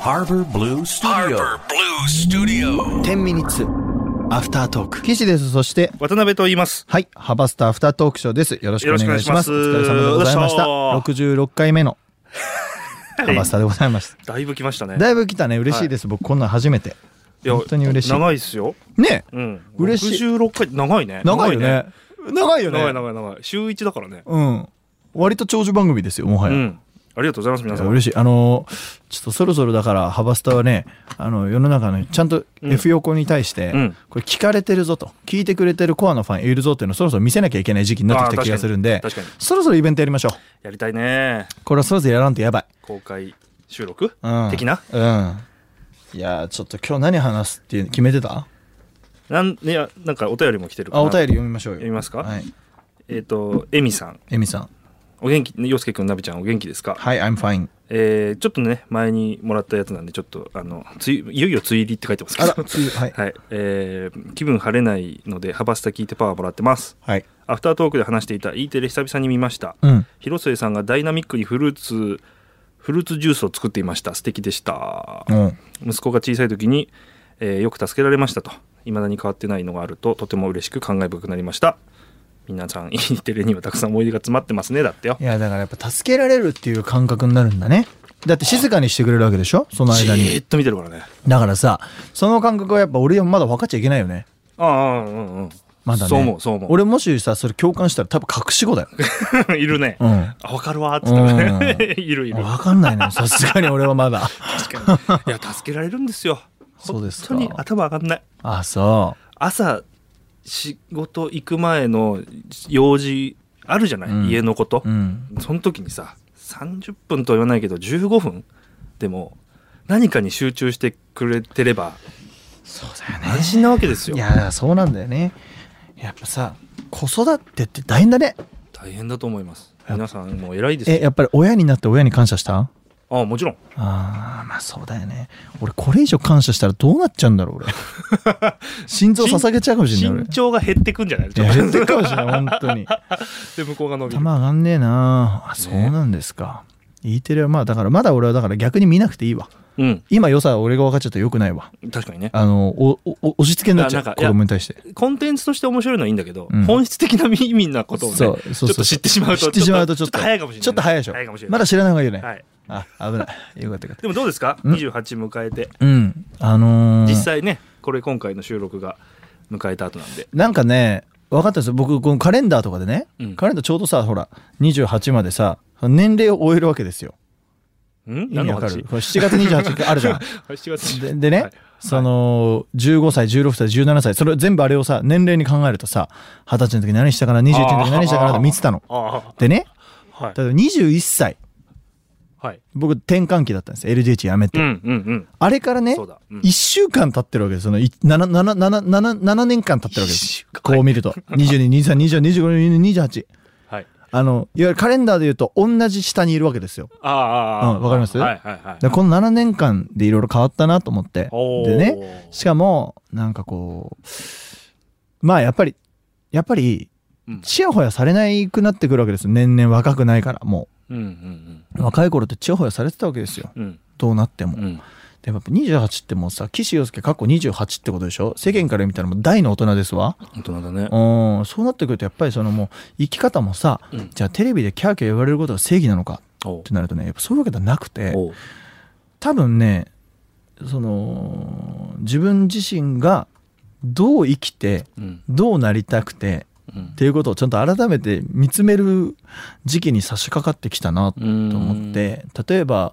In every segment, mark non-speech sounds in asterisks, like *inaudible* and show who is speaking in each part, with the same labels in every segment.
Speaker 1: Harbor Blue Studio.
Speaker 2: 10ミニッツアフタートーク岸ですそして
Speaker 3: 渡辺と言います。
Speaker 2: はいハバスタアフタートークショーですよろしくお願いしますお
Speaker 3: よ
Speaker 2: 疲
Speaker 3: ろ
Speaker 2: れ
Speaker 3: しくお
Speaker 2: 様で
Speaker 3: 願
Speaker 2: ご
Speaker 3: いします
Speaker 2: ざいました
Speaker 3: よっ
Speaker 2: 66回目のハバスタでございます
Speaker 3: だいぶ来ましたね。
Speaker 2: だいぶ来たね嬉しいです、僕こんなの初めて
Speaker 3: いや
Speaker 2: 本当に嬉しい
Speaker 3: 長いですよ。
Speaker 2: ね
Speaker 3: うん。
Speaker 2: 嬉しい
Speaker 3: 66回長いね。
Speaker 2: 長いよね長いよ
Speaker 3: 長
Speaker 2: ね
Speaker 3: いね。長い長い長い。週一だからね。
Speaker 2: うん割と長寿番組ですよもは
Speaker 3: う
Speaker 2: や、
Speaker 3: ん。ありがとうございます皆さん。
Speaker 2: 嬉しいあのーちょっとそろそろだからハバスタはねあの世の中のちゃんと F 横に対して、
Speaker 3: うん
Speaker 2: これ聞かれてるぞと聞いてくれてるコアのファンいるぞっていうのをそろそろ見せなきゃいけない時期になってきた気がするんで
Speaker 3: あー確かに確か
Speaker 2: そろそろイベントやりましょう
Speaker 3: やりたいね。
Speaker 2: これはそろそろやらんとやばい、
Speaker 3: 公開収録
Speaker 2: うん、
Speaker 3: 的な。
Speaker 2: うんいやーちょっと今日何話すっていう決めてた
Speaker 3: なんいやなんかお便りも来てるか
Speaker 2: あ
Speaker 3: ら。
Speaker 2: お便り。読みましょうよ
Speaker 3: 読みますか
Speaker 2: はい
Speaker 3: えっとエミさん。
Speaker 2: エミさん
Speaker 3: お元気、洋介くん、ナビちゃん、お元気ですか
Speaker 2: はい I'm fine
Speaker 3: えーちょっとね、前にもらったやつなんで、ちょっと、あの、つい、いよいよつい入りって書いてますけ
Speaker 2: あ
Speaker 3: ど。 *laughs*
Speaker 2: ら次はい
Speaker 3: はい、えー気分晴れないので、ハバスタ聞いてパワーもらってます。
Speaker 2: はい
Speaker 3: アフタートークで話していた E テレ久々に見ました。
Speaker 2: うん
Speaker 3: 広末さんがダイナミックにフルーツ、フルーツジュースを作っていました。素敵でした
Speaker 2: う。ん
Speaker 3: 息子が小さい時に、えーよく助けられましたと。未だに変わってないのがあると、とても嬉しく感慨深くなりました。皆さん、E テレにはたくさん思い出が詰まってますね。だってよ
Speaker 2: い。やだからやっぱ助けられるっていう感覚になるんだねだって静かにしてくれるわけでしょその
Speaker 3: じ
Speaker 2: 間に
Speaker 3: ーっと見てるからね。
Speaker 2: だからさその感覚はやっぱ俺はまだ分かっちゃいけないよね
Speaker 3: ああ、うんうん。
Speaker 2: まだね
Speaker 3: そう思う、そう思う。
Speaker 2: 俺もしさそれ共感したら多分隠し子だ *laughs* よ、
Speaker 3: *laughs* いるね。
Speaker 2: うん、
Speaker 3: あ、わかるわ、って言ったね。 *laughs* いるいる。
Speaker 2: 分かんないのよさすがに俺はま *laughs* だ
Speaker 3: 確かに。いや、助けられるんですよ。
Speaker 2: そうですか
Speaker 3: 本当に頭上がんない。
Speaker 2: あそ
Speaker 3: 朝、仕事行く前の用事あるじゃない、
Speaker 2: うん
Speaker 3: 家のこと
Speaker 2: うう。ん
Speaker 3: その時にさ、30分とは言わないけど、15分でも、何かに集中してくれてれば、
Speaker 2: そうだよ
Speaker 3: 安心なわけですよ
Speaker 2: い。やだからそうなんだよねやっぱさ子育てって大変だね
Speaker 3: 大変だと思います。皆さん、もう偉いです
Speaker 2: え
Speaker 3: よ。
Speaker 2: やっぱり親になって親に感謝した
Speaker 3: ああ、もちろん。
Speaker 2: あーまあそうだよね俺これ以上感謝したらどうなっちゃうんだろ
Speaker 3: *laughs*
Speaker 2: う俺心臓捧げちゃうかもしれない
Speaker 3: 身長が減ってくんじゃないち
Speaker 2: 俺い
Speaker 3: ょっ
Speaker 2: や減
Speaker 3: と
Speaker 2: ってるかもしれない本
Speaker 3: *laughs*
Speaker 2: 当に
Speaker 3: で、向こうが伸びる。
Speaker 2: 頭上がんねえなあそうなんですか、E テレはまあだからまだ俺はだから逆に見なくていいわ
Speaker 3: うん。
Speaker 2: 今良さは俺が分かっちゃったらよくないわ
Speaker 3: 確かにね。
Speaker 2: あのおおお押し付けになっちゃう
Speaker 3: あなん
Speaker 2: 子
Speaker 3: か
Speaker 2: 供に対して
Speaker 3: コンテンツとして面白いのはいいんだけど、
Speaker 2: うん
Speaker 3: 本質的な意味なことをね、
Speaker 2: そうそうそう
Speaker 3: ちょっと知ってしまうと、
Speaker 2: 知ってしまうとちょっと
Speaker 3: 早いかもしれない。
Speaker 2: ちょっと早いでしょ
Speaker 3: 早いかもしれない。
Speaker 2: まだ知らない方がいいよね、
Speaker 3: はい。
Speaker 2: あ危ないよかったよかった
Speaker 3: でもどうですか
Speaker 2: うん
Speaker 3: ?28 迎えて、
Speaker 2: うんあのー
Speaker 3: 実際ね、これ今回の収録が迎えた後なんで。
Speaker 2: なんかね分かったんですよ僕このカレンダーとかでね、
Speaker 3: うん
Speaker 2: カレンダーちょうどさほら28までさ年齢を終えるわけですよ
Speaker 3: ん
Speaker 2: 意味
Speaker 3: 何の
Speaker 2: わか
Speaker 3: 話
Speaker 2: るこれ7月28日あるじゃん
Speaker 3: *laughs* はい7月
Speaker 2: ででね、
Speaker 3: はい
Speaker 2: その15歳16歳17歳それ全部あれをさ年齢に考えるとさ二十歳の時何したかな21の時何したかなって見てたの
Speaker 3: あ
Speaker 2: でね
Speaker 3: あ、はい。
Speaker 2: 例えば21歳
Speaker 3: はい。
Speaker 2: 僕転換期だったんです LDH 辞めて、
Speaker 3: うんうんうん。
Speaker 2: あれからね
Speaker 3: そうだうん
Speaker 2: 1週間経ってるわけですその 7, 7, 7, 7, 7年間経ってるわけで
Speaker 3: 一
Speaker 2: す
Speaker 3: 週間
Speaker 2: こう見ると2223242528
Speaker 3: はい。
Speaker 2: あのいわゆるカレンダーでいうと同じ下にいるわけですよ
Speaker 3: ああああ、
Speaker 2: うんわかります
Speaker 3: はいはいはい。
Speaker 2: でこの7年間でいろいろ変わったなと思って
Speaker 3: お
Speaker 2: で
Speaker 3: ー
Speaker 2: ねしかもなんかこうまあやっぱりやっぱり
Speaker 3: うん
Speaker 2: ちやほやされないくなってくるわけですよ年々若くないからも
Speaker 3: うんうん
Speaker 2: う若い頃ってちやほやされてたわけですよ
Speaker 3: うん。うん
Speaker 2: どうなっても、
Speaker 3: うん。
Speaker 2: でもやっぱ28ってもうさ岸洋介かっこ28ってことでしょ世間から見たらもう大の大人ですわ
Speaker 3: 本当なんだね。
Speaker 2: うんそうなってくるとやっぱりそのもう生き方もさ、
Speaker 3: うん
Speaker 2: じゃあテレビでキャーキャー言われることが正義なのか
Speaker 3: おう
Speaker 2: ってなるとねやっぱそういうわけではなくて
Speaker 3: おう
Speaker 2: 多分ねその自分自身がどう生きて
Speaker 3: うん
Speaker 2: どうなりたくて
Speaker 3: うん
Speaker 2: っていうことをちゃんと改めて見つめる時期に差し掛かってきたなと思って例えば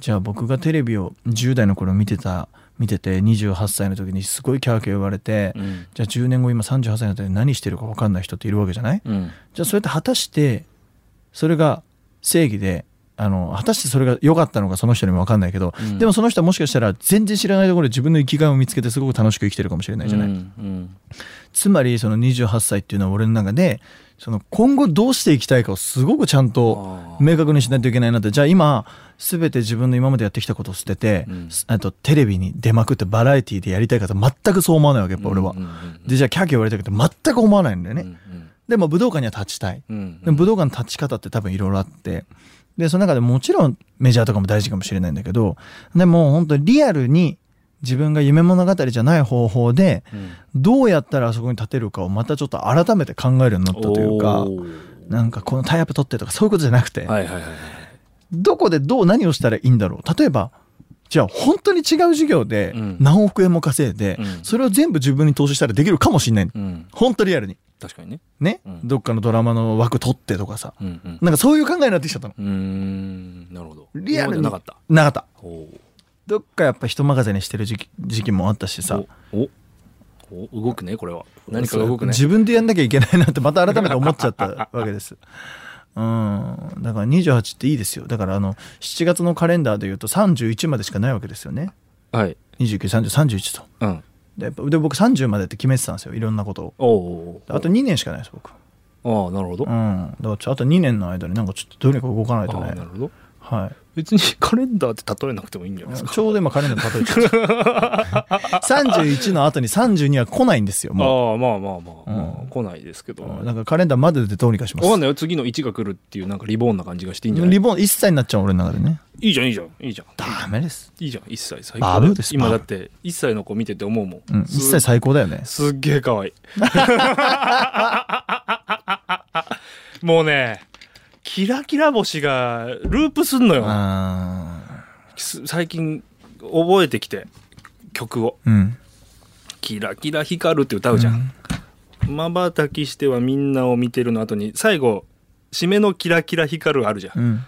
Speaker 2: じゃあ僕がテレビを10代の頃見てた見てて28歳の時にすごいキャーキャー言われて、
Speaker 3: うん
Speaker 2: じゃあ10年後今38歳になって何してるか分かんない人っているわけじゃない
Speaker 3: うん
Speaker 2: じゃあそれって果たしてそれが正義であの果たしてそれが良かったのかその人にも分かんないけど、
Speaker 3: うん
Speaker 2: でもその人はもしかしたら全然知らないところで自分の生きがいを見つけてすごく楽しく生きてるかもしれないじゃない、
Speaker 3: うんうん
Speaker 2: つまりその28歳っていうのは俺の中でその今後どうしていきたいかをすごくちゃんと
Speaker 3: ああ
Speaker 2: 明確にしないといけないなってじゃあ今全て自分の今までやってきたことを捨てて、
Speaker 3: うん
Speaker 2: あとテレビに出まくってバラエティーでやりたいかと全くそう思わないわけやっぱ俺は。
Speaker 3: うんうんうん
Speaker 2: でじゃあキャーキャー言われたけど全く思わないんだよね。
Speaker 3: うん
Speaker 2: でも武道館には立ちたい。
Speaker 3: うんうん
Speaker 2: でも武道館の立ち方って多分いろいろあってでその中でもちろんメジャーとかも大事かもしれないんだけどでも本当にリアルに自分が夢物語じゃない方法でどうやったらあそこに立てるかをまたちょっと改めて考えるようになったというか
Speaker 3: おー
Speaker 2: なんかこのタイアップ取ってとかそういうことじゃなくて、
Speaker 3: はいはいはいはい
Speaker 2: どこでどう何をしたらいいんだろう例えばじゃあ本当に違う授業で
Speaker 3: うん
Speaker 2: 何億円も稼いで、
Speaker 3: うん
Speaker 2: それを全部自分に投資したらできるかもしれない、
Speaker 3: うん
Speaker 2: 本当リアルに
Speaker 3: 確かにね
Speaker 2: ね、
Speaker 3: うん
Speaker 2: どっかのドラマの枠取ってとかさ
Speaker 3: うんうん
Speaker 2: なんかそういう考えになってきちゃったの
Speaker 3: うーんなるほど
Speaker 2: リアルに
Speaker 3: 今までなかった
Speaker 2: なかった
Speaker 3: おー
Speaker 2: どっかやっぱ人任せにしてる時期時期もあったしさ
Speaker 3: おおお動くねこれは何かが動くね
Speaker 2: 自分でやんなきゃいけないなってまた改めて思っちゃったわけ
Speaker 3: *laughs*
Speaker 2: です。うん、だから28っていいですよだからあの7月のカレンダーでいうと31までしかないわけですよね
Speaker 3: はい
Speaker 2: 293031と
Speaker 3: うん
Speaker 2: でやっぱで僕30までって決めてたんですよいろんなことを
Speaker 3: おお
Speaker 2: あと2年しかないです僕
Speaker 3: ああなるほど、
Speaker 2: う
Speaker 3: あ
Speaker 2: んだからちょあと2年の間になんかちょっとどれか動かないと
Speaker 3: あな
Speaker 2: ね
Speaker 3: るほど
Speaker 2: はい
Speaker 3: 別に *laughs* カレンダーって例えなくてもいいんじゃないですか
Speaker 2: ちょうど今カレンダー例えちゃった31の後に32は来ないんですよも
Speaker 3: ああまあまあまあ、ま
Speaker 2: う
Speaker 3: あ、来ないですけど、
Speaker 2: ううんなんかカレンダーまででどうにかします
Speaker 3: わかんないよ次の1が来るっていうなんかリボーンな感じがしていいんじゃない
Speaker 2: リボン一切になっちゃう俺の中でね
Speaker 3: いいじゃんいいじゃんいいじゃん
Speaker 2: ダメです、
Speaker 3: いいじゃん1歳最
Speaker 2: バブです
Speaker 3: 今
Speaker 2: バ
Speaker 3: だ
Speaker 2: ブ
Speaker 3: って1歳の子見てて思うもん、
Speaker 2: うん、一切
Speaker 3: す
Speaker 2: 最高だよね
Speaker 3: すっげえ可愛い *laughs* もうねキラキラ星がループすんのよ
Speaker 2: あ
Speaker 3: す最近覚えてきて曲を
Speaker 2: ーうん
Speaker 3: 「キラキラ光る」って歌うじゃんまばたきしてはみんなを見てるの後に最後締めの「キラキラ光る」あるじゃん
Speaker 2: うん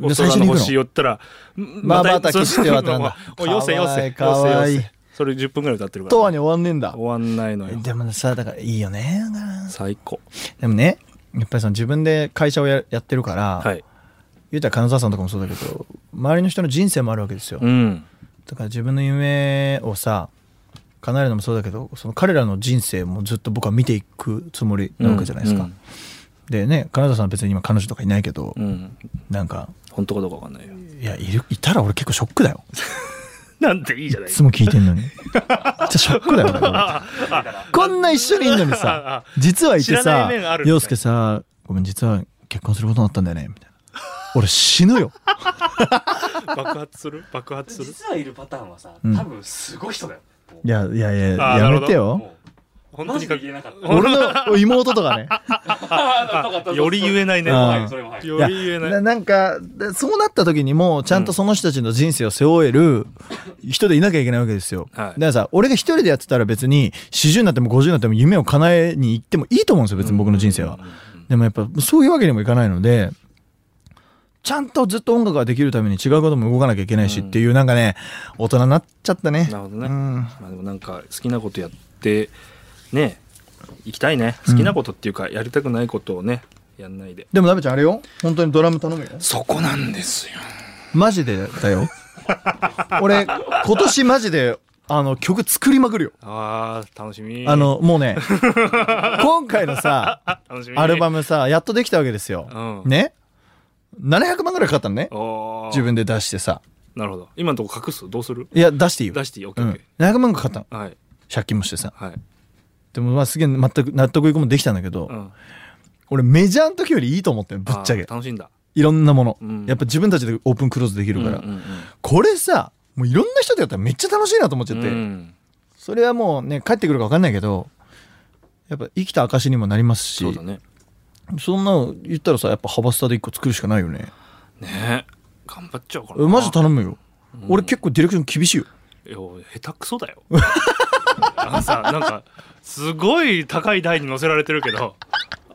Speaker 3: お
Speaker 2: で最初
Speaker 3: 空の
Speaker 2: に行く
Speaker 3: 星
Speaker 2: の
Speaker 3: 寄ったら、
Speaker 2: まばたきして渡んだ
Speaker 3: *laughs* およせよせ、
Speaker 2: かわいいかわいい
Speaker 3: よせよせそれ10分ぐらい歌ってるから。
Speaker 2: とはに終わんねえんだ
Speaker 3: 終わんないのよ。
Speaker 2: でもさだからいいよねだから
Speaker 3: 最高。
Speaker 2: でもねやっぱりその自分で会社をややってるから、
Speaker 3: はい。
Speaker 2: 言うたら金沢さんとかもそうだけど周りの人の人生もあるわけですよ、
Speaker 3: うん。
Speaker 2: だから自分の夢をさ叶えるのもそうだけどその彼らの人生もずっと僕は見ていくつもりなわけじゃないですか、
Speaker 3: うん
Speaker 2: でね金沢さんは別に今彼女とかいないけど、
Speaker 3: うん。
Speaker 2: なんか
Speaker 3: 本当かどうかわかんないよ。
Speaker 2: いやいるいたら俺結構ショックだよ
Speaker 3: なんていいじゃないい
Speaker 2: つも聞いてん
Speaker 3: *laughs*
Speaker 2: のにめっちゃショックだよだからこんな一緒にいるのにさ実はいて
Speaker 3: 知ら
Speaker 2: さ
Speaker 3: ない面あるみたいな
Speaker 2: 洋介さごめん実は結婚することになったんだよねみたいな俺死ぬよ
Speaker 3: 爆発する爆発する
Speaker 4: 実はいるパターンはさ、
Speaker 2: うん
Speaker 4: 多分すごい人だよ。もう
Speaker 2: いやいやいや
Speaker 3: あー
Speaker 2: やめてよ
Speaker 4: もう
Speaker 3: 本当
Speaker 4: マ
Speaker 3: に
Speaker 4: ジで言えなかった。
Speaker 2: 俺の妹とかね
Speaker 4: あ
Speaker 3: あより言えないね。
Speaker 2: うん
Speaker 4: は
Speaker 3: よ
Speaker 4: い、それもはい。
Speaker 2: いや
Speaker 3: り言えな。
Speaker 2: ないなんかでそうなった時にもうちゃんとその人たちの人生を背負える人でいなきゃいけないわけですよ、
Speaker 3: は
Speaker 2: だか
Speaker 3: い
Speaker 2: らさ俺が一人でやってたら別に40になっても50になっても夢を叶えに行ってもいいと思うんですよ別に僕の人生は、でもやっぱそういうわけにもいかないのでちゃんとずっと音楽ができるために違うことも動かなきゃいけないしっていう、なんかね大人になっちゃったね
Speaker 3: なるほどね
Speaker 2: うん
Speaker 3: まあでもなんか好きなことやって、ね、行きたいね。好きなことっていうか、やりたくないことをね、やんないで。
Speaker 2: でもなべちゃんあれよ本当にドラム頼むよ
Speaker 3: そこなんですよ。
Speaker 2: マジでだよ *laughs* 俺今年マジであの曲作りまくるよ
Speaker 3: ああ、楽しみ。
Speaker 2: あ、のもう
Speaker 3: *laughs*
Speaker 2: ね今回のさ
Speaker 3: 楽しみ。
Speaker 2: アルバ
Speaker 3: ム。
Speaker 2: ムさやっとできたわけですよ、
Speaker 3: うん
Speaker 2: ね700万ぐらいかかったのね
Speaker 3: おー
Speaker 2: 自。分で出してさ
Speaker 3: なるほど。今のとこ隠すどうする
Speaker 2: いや出していいよ
Speaker 3: 出していい ?OKOK、オッケ
Speaker 2: う
Speaker 3: ーオ
Speaker 2: ん
Speaker 3: ッケ
Speaker 2: 700万かかったの
Speaker 3: ーはい。
Speaker 2: 借金もしてさ
Speaker 3: はい。
Speaker 2: でもまあすげえ全く納得いくもんできたんだけど、
Speaker 3: うん。
Speaker 2: 俺メジャーの時よりいいと思ってんぶっちゃ
Speaker 3: あ
Speaker 2: け
Speaker 3: ー楽しんだ。
Speaker 2: いろんなもの、
Speaker 3: うん
Speaker 2: やっぱ自分たちでオープンクローズできるから、
Speaker 3: うんうんうん
Speaker 2: これさもういろんな人とやったらめっちゃ楽しいなと思っちゃって、
Speaker 3: うん
Speaker 2: それはもうね帰ってくるか分かんないけどやっぱ生きた証にもなりますし
Speaker 3: そうだね。
Speaker 2: そんなの言ったらさやっぱハバスタで一個作るしかないよね
Speaker 3: ねえ。頑張っちゃうからな。
Speaker 2: マジ頼むよ、俺結構ディレクション厳しいよ
Speaker 3: いや下手くそだよ。 *laughs* あのさ、なんか、すごい高い台に乗せられてるけど、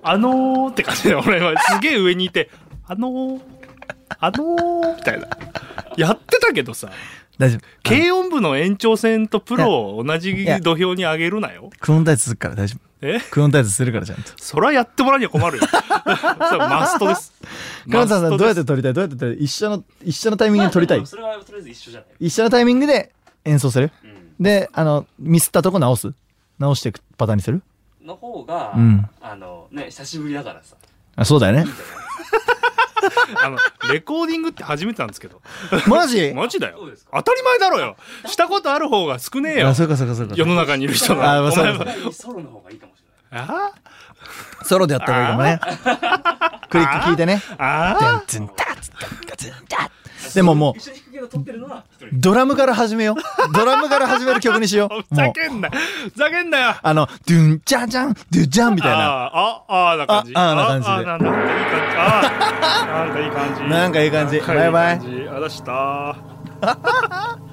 Speaker 3: あのーって感じで、俺はすげえ上にいて、あのー、あのー、みたいな。やってたけどさ、
Speaker 2: 大丈夫
Speaker 3: 軽音部の延長戦とプロを同じ土俵に上げるなよ。
Speaker 2: クオンタイズするから大丈夫
Speaker 3: え
Speaker 2: クオンタイズするからちゃんと
Speaker 3: それはやってもらうには困るよ。 *laughs* それはマストです。
Speaker 2: 金沢さんどうやってて撮りたいどうやって撮りたい一緒の一緒のタイミングで撮りたい
Speaker 4: まあそれはとりあえず一緒じゃない。
Speaker 2: 一緒のタイミングで演奏する
Speaker 4: うん。
Speaker 2: であのミスったとこ直す直していくパターンにする
Speaker 4: の方が、
Speaker 2: うん
Speaker 4: あの、ね、久しぶりだからさ。
Speaker 3: *laughs*
Speaker 2: あそうだよね *laughs*
Speaker 3: あの、レコーディングって初めてなんですけど。
Speaker 2: マジ
Speaker 3: マジだよ
Speaker 4: そうです。か
Speaker 3: 当たり前だろよ。したことある方が少ねえよ
Speaker 2: あ。そうかそうかそうか
Speaker 3: 世の中にいる人
Speaker 2: あ
Speaker 3: が。
Speaker 2: まあ
Speaker 3: お前
Speaker 2: そう
Speaker 3: は
Speaker 4: 前にソロの方がいいかもしれない。
Speaker 3: あ
Speaker 2: ソロでやった方がいいかもねクリック聞いてね
Speaker 3: ああ
Speaker 2: ツンタッツでももう
Speaker 4: 一緒に弾くけど撮ってるのは一人。
Speaker 2: ドラムから始めよう。ドラムから始める曲にしよ
Speaker 3: ふ *laughs*
Speaker 2: う。も
Speaker 3: ざ
Speaker 2: う、
Speaker 3: けんなふざけんなよ
Speaker 2: あの、ドゥン、ジャンジャン、ドゥジャンみたいな。
Speaker 3: あーあーあーな感じ
Speaker 2: ああーな感じで
Speaker 3: あーなんだいい感じあーなんかいい感じ
Speaker 2: *laughs* なんかいい感じ
Speaker 3: なんかいい感
Speaker 2: バイバイ
Speaker 3: じあだした